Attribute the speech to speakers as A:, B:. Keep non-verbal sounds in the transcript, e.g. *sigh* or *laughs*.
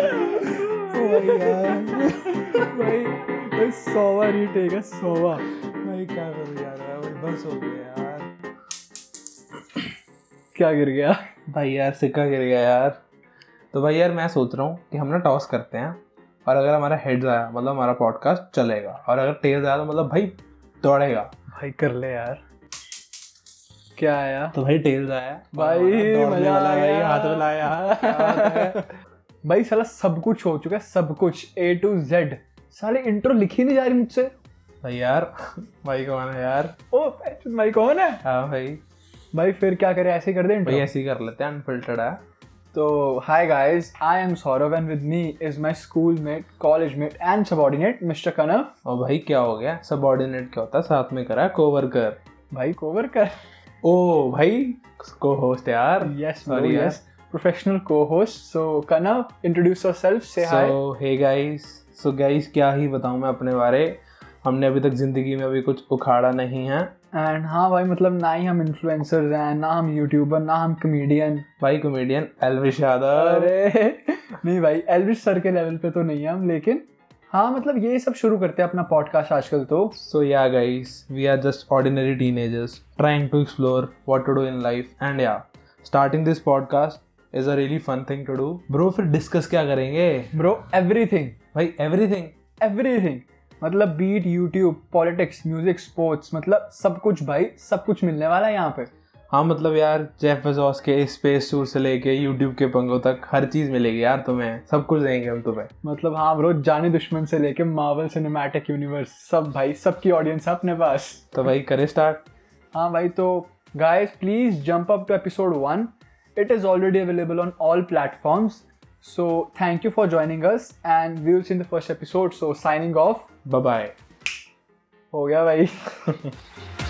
A: भाई यार
B: Oh भाई भाई सौवा रीटेक है सौवा
A: भाई क्या करूँ यार भाई बस हो गया यार
B: क्या गिर गया
A: भाई यार सिक्का गिर गया यार तो भाई यार मैं सोच रहा हूँ कि हम ना टॉस करते हैं और अगर हमारा हेड्स आया मतलब हमारा पॉडकास्ट चलेगा और अगर टेल्स आया तो मतलब भाई दौड़ेगा
B: भाई कर ले यार क्या आया
A: तो भाई टेल्स आया
B: भाई
A: दौड़ने
B: मजा
A: वाला
B: आ
A: भाई,
B: गया।
A: हाथ मिलाया यार।
B: भाई साला सब कुछ हो चुका है सब कुछ ए टू जेड साले इंट्रो लिखी नहीं जा रही मुझसे
A: भाई यार भाई कौन है यार
B: ओ भाई कौन है
A: हाँ भाई
B: भाई फिर क्या करें ऐसे ही कर दे
A: भाई
B: इंट्रो
A: ऐसे ही कर लेते हैं अनफिल्टर्ड है
B: तो hi guys I am Saurabh and with me is my school mate college mate and subordinate mister Kanav
A: और भाई क्या हो गया सबऑर्डिनेट क्या होता है साथ में करा कोवर्कर
B: भाई कोवर कर
A: ओ भाई को होस्ट यार
B: yes
A: Sorry,
B: sorry
A: yeah.
B: Yes professional co-host so kanav introduce yourself say hi
A: so hey guys so guys क्या ही बताऊं मैं अपने बारे हमने अभी तक जिंदगी में अभी कुछ उखाड़ा नहीं है
B: एंड हाँ भाई मतलब ना ही हम इन्फ्लुएंसर्स हैं ना हम यूट्यूबर ना हम कॉमेडियन
A: भाई कॉमेडियन एलविश यादव
B: अरे *laughs* नहीं भाई एल्विश सर के लेवल पे तो नहीं है हम लेकिन हाँ मतलब ये सब शुरू करते हैं अपना पॉडकास्ट आजकल तो
A: so yeah guys we are just ordinary teenagers trying to explore what to do in life and yeah starting this podcast is a really fun thing to do bro फिर डिस्कस क्या करेंगे
B: bro everything
A: भाई everything
B: everything मतलब beat YouTube politics music sports मतलब सब कुछ भाई सब कुछ मिलने वाला है यहाँ पे
A: हाँ मतलब यार जेफ बेजोस के स्पेस टूर से लेके यूट्यूब के पंगों तक हर चीज मिलेगी यार तुम्हें सब कुछ देंगे हम तुम्हें
B: मतलब हाँ ब्रो जाने दुश्मन से लेके मार्वल सिनेमैटिक यूनिवर्स सब भाई सबकी ऑडियंस है अपने पास
A: तो भाई करें स्टार्ट
B: हाँ भाई तो guys please jump up to episode one it is already available on all platforms so thank you for joining us and we will see in the first episode so signing off
A: bye
B: *laughs* हो गया भाई